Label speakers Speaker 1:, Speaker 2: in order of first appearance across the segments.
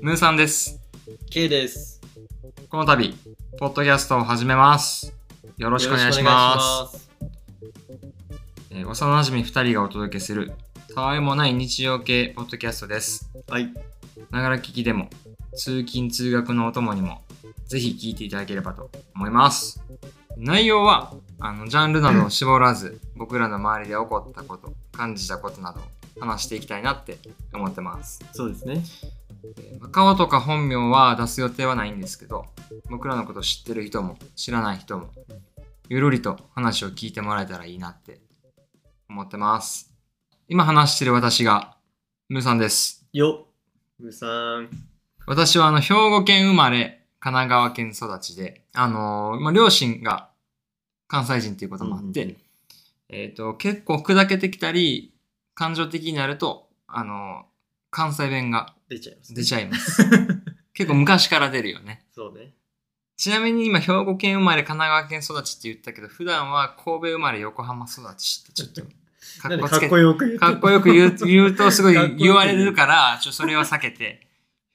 Speaker 1: ムーさんです。
Speaker 2: K です。
Speaker 1: この度、ポッドキャストを始めます。よろしくお願いします。
Speaker 2: よろしくお願いします。
Speaker 1: えー幼馴染み2人がお届けする、たわいもない日常系ポッドキャストです。
Speaker 2: はい。
Speaker 1: ながら聞きでも、通勤通学のお供にも、ぜひ聞いていただければと思います。内容は、あの、ジャンルなどを絞らず、僕らの周りで起こったこと、感じたことなどを話していきたいなって思ってます。
Speaker 2: そうですね。
Speaker 1: えー顔とか本名は出す予定はないんですけど僕らのこと知ってる人も知らない人もゆるりと話を聞いてもらえたらいいなって思ってます今話してる私がムーさんです
Speaker 2: よっ。むさん。
Speaker 1: 私はあの兵庫県生まれ神奈川県育ちであのーまあ、両親が関西人っていうこともあって、
Speaker 2: うんうん
Speaker 1: えっ、と結構砕けてきたり感情的になるとあのー関西弁が
Speaker 2: 出ちゃいます。
Speaker 1: 出ちゃいます。結構昔から出るよね。
Speaker 2: そうね。
Speaker 1: ちなみに今、兵庫県生まれ、神奈川県育ちって言ったけど、普段は神戸生まれ、横浜育ちってちょっと、か
Speaker 2: なん
Speaker 1: っ
Speaker 2: で
Speaker 1: こ
Speaker 2: か
Speaker 1: つ
Speaker 2: っ
Speaker 1: け
Speaker 2: こよく言って
Speaker 1: かっこよく言う言うとすご
Speaker 2: かっこよ
Speaker 1: い
Speaker 2: く
Speaker 1: 言われるから、ちょそれは避けて、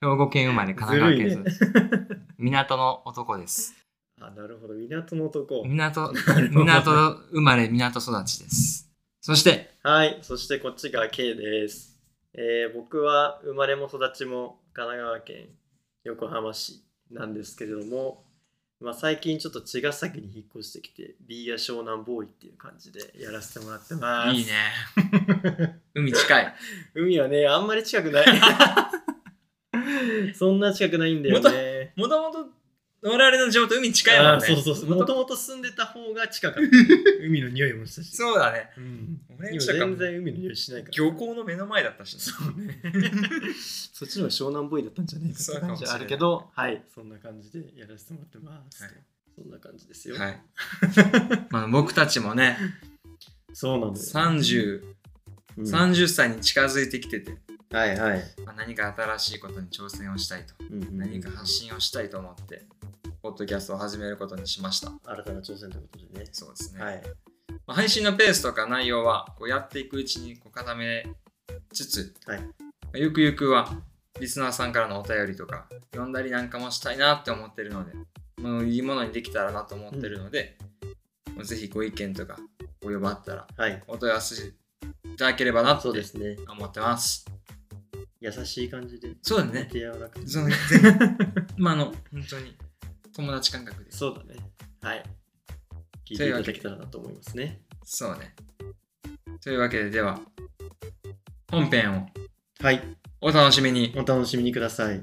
Speaker 1: 兵庫県生まれ、神奈川県育ち。港の男です。
Speaker 2: あ、なるほど。港の男。
Speaker 1: 港、
Speaker 2: るほど
Speaker 1: 港生まれ、港育ちです。そして、
Speaker 2: はい。そしてこっちが K です。えー、僕は生まれも育ちも神奈川県横浜市なんですけれども、まあ、最近ちょっと茅ヶ崎に引っ越してきて、ビーや湘南ボーイっていう感じでやらせてもらってます。
Speaker 1: いいね。海近い。
Speaker 2: 海はね、あんまり近くない。そんな近くないんだよね。
Speaker 1: もともと、我々の地元海近
Speaker 2: あーそうそうそう。もともと住んでた方が近かった。 海の匂いもしたし。
Speaker 1: そうだね。
Speaker 2: うん。
Speaker 1: 俺ん
Speaker 2: 今
Speaker 1: ちなんかもう
Speaker 2: 全然海の匂いしないから。
Speaker 1: 漁港の目の前だったし、
Speaker 2: そ うね。そっちの方が湘南ボーイだったんじゃないか
Speaker 1: そう
Speaker 2: って
Speaker 1: かも
Speaker 2: 感
Speaker 1: し
Speaker 2: じ
Speaker 1: れない
Speaker 2: あるけど、はい。そんな感じでやらせてもらってます。
Speaker 1: はい
Speaker 2: そんな感じですよ。
Speaker 1: はい。まあ僕たちもね、
Speaker 2: そうなんです。
Speaker 1: 30、
Speaker 2: うん
Speaker 1: 30歳に近づいてきてて、
Speaker 2: はいはい。
Speaker 1: まあ、何か新しいことに挑戦をしたいと、
Speaker 2: うんうん
Speaker 1: 何か発信をしたいと思って、ポッドキャストを始めることにしました。
Speaker 2: 新たな挑戦ということでね。
Speaker 1: そうですね。
Speaker 2: はい。
Speaker 1: まあ、配信のペースとか内容は、こうやっていくうちにこう固めつつ、
Speaker 2: はい
Speaker 1: まあゆくゆくは、リスナーさんからのお便りとか、読んだりなんかもしたいなって思ってるので、もういいものにできたらなと思ってるので、もうぜひご意見とか、お呼ばあったら、
Speaker 2: はい。
Speaker 1: お問い合わせいただければなって
Speaker 2: そうですね。
Speaker 1: 思ってます。
Speaker 2: 優しい感じで。
Speaker 1: そうだね。
Speaker 2: 手柔らかくて
Speaker 1: その全 まああの本当に友達感覚です。
Speaker 2: そうだね。はい。聞いていただけたらなと思いますね。
Speaker 1: そうね。というわけででは本編を
Speaker 2: はい。
Speaker 1: お楽しみに。
Speaker 2: お楽しみにください。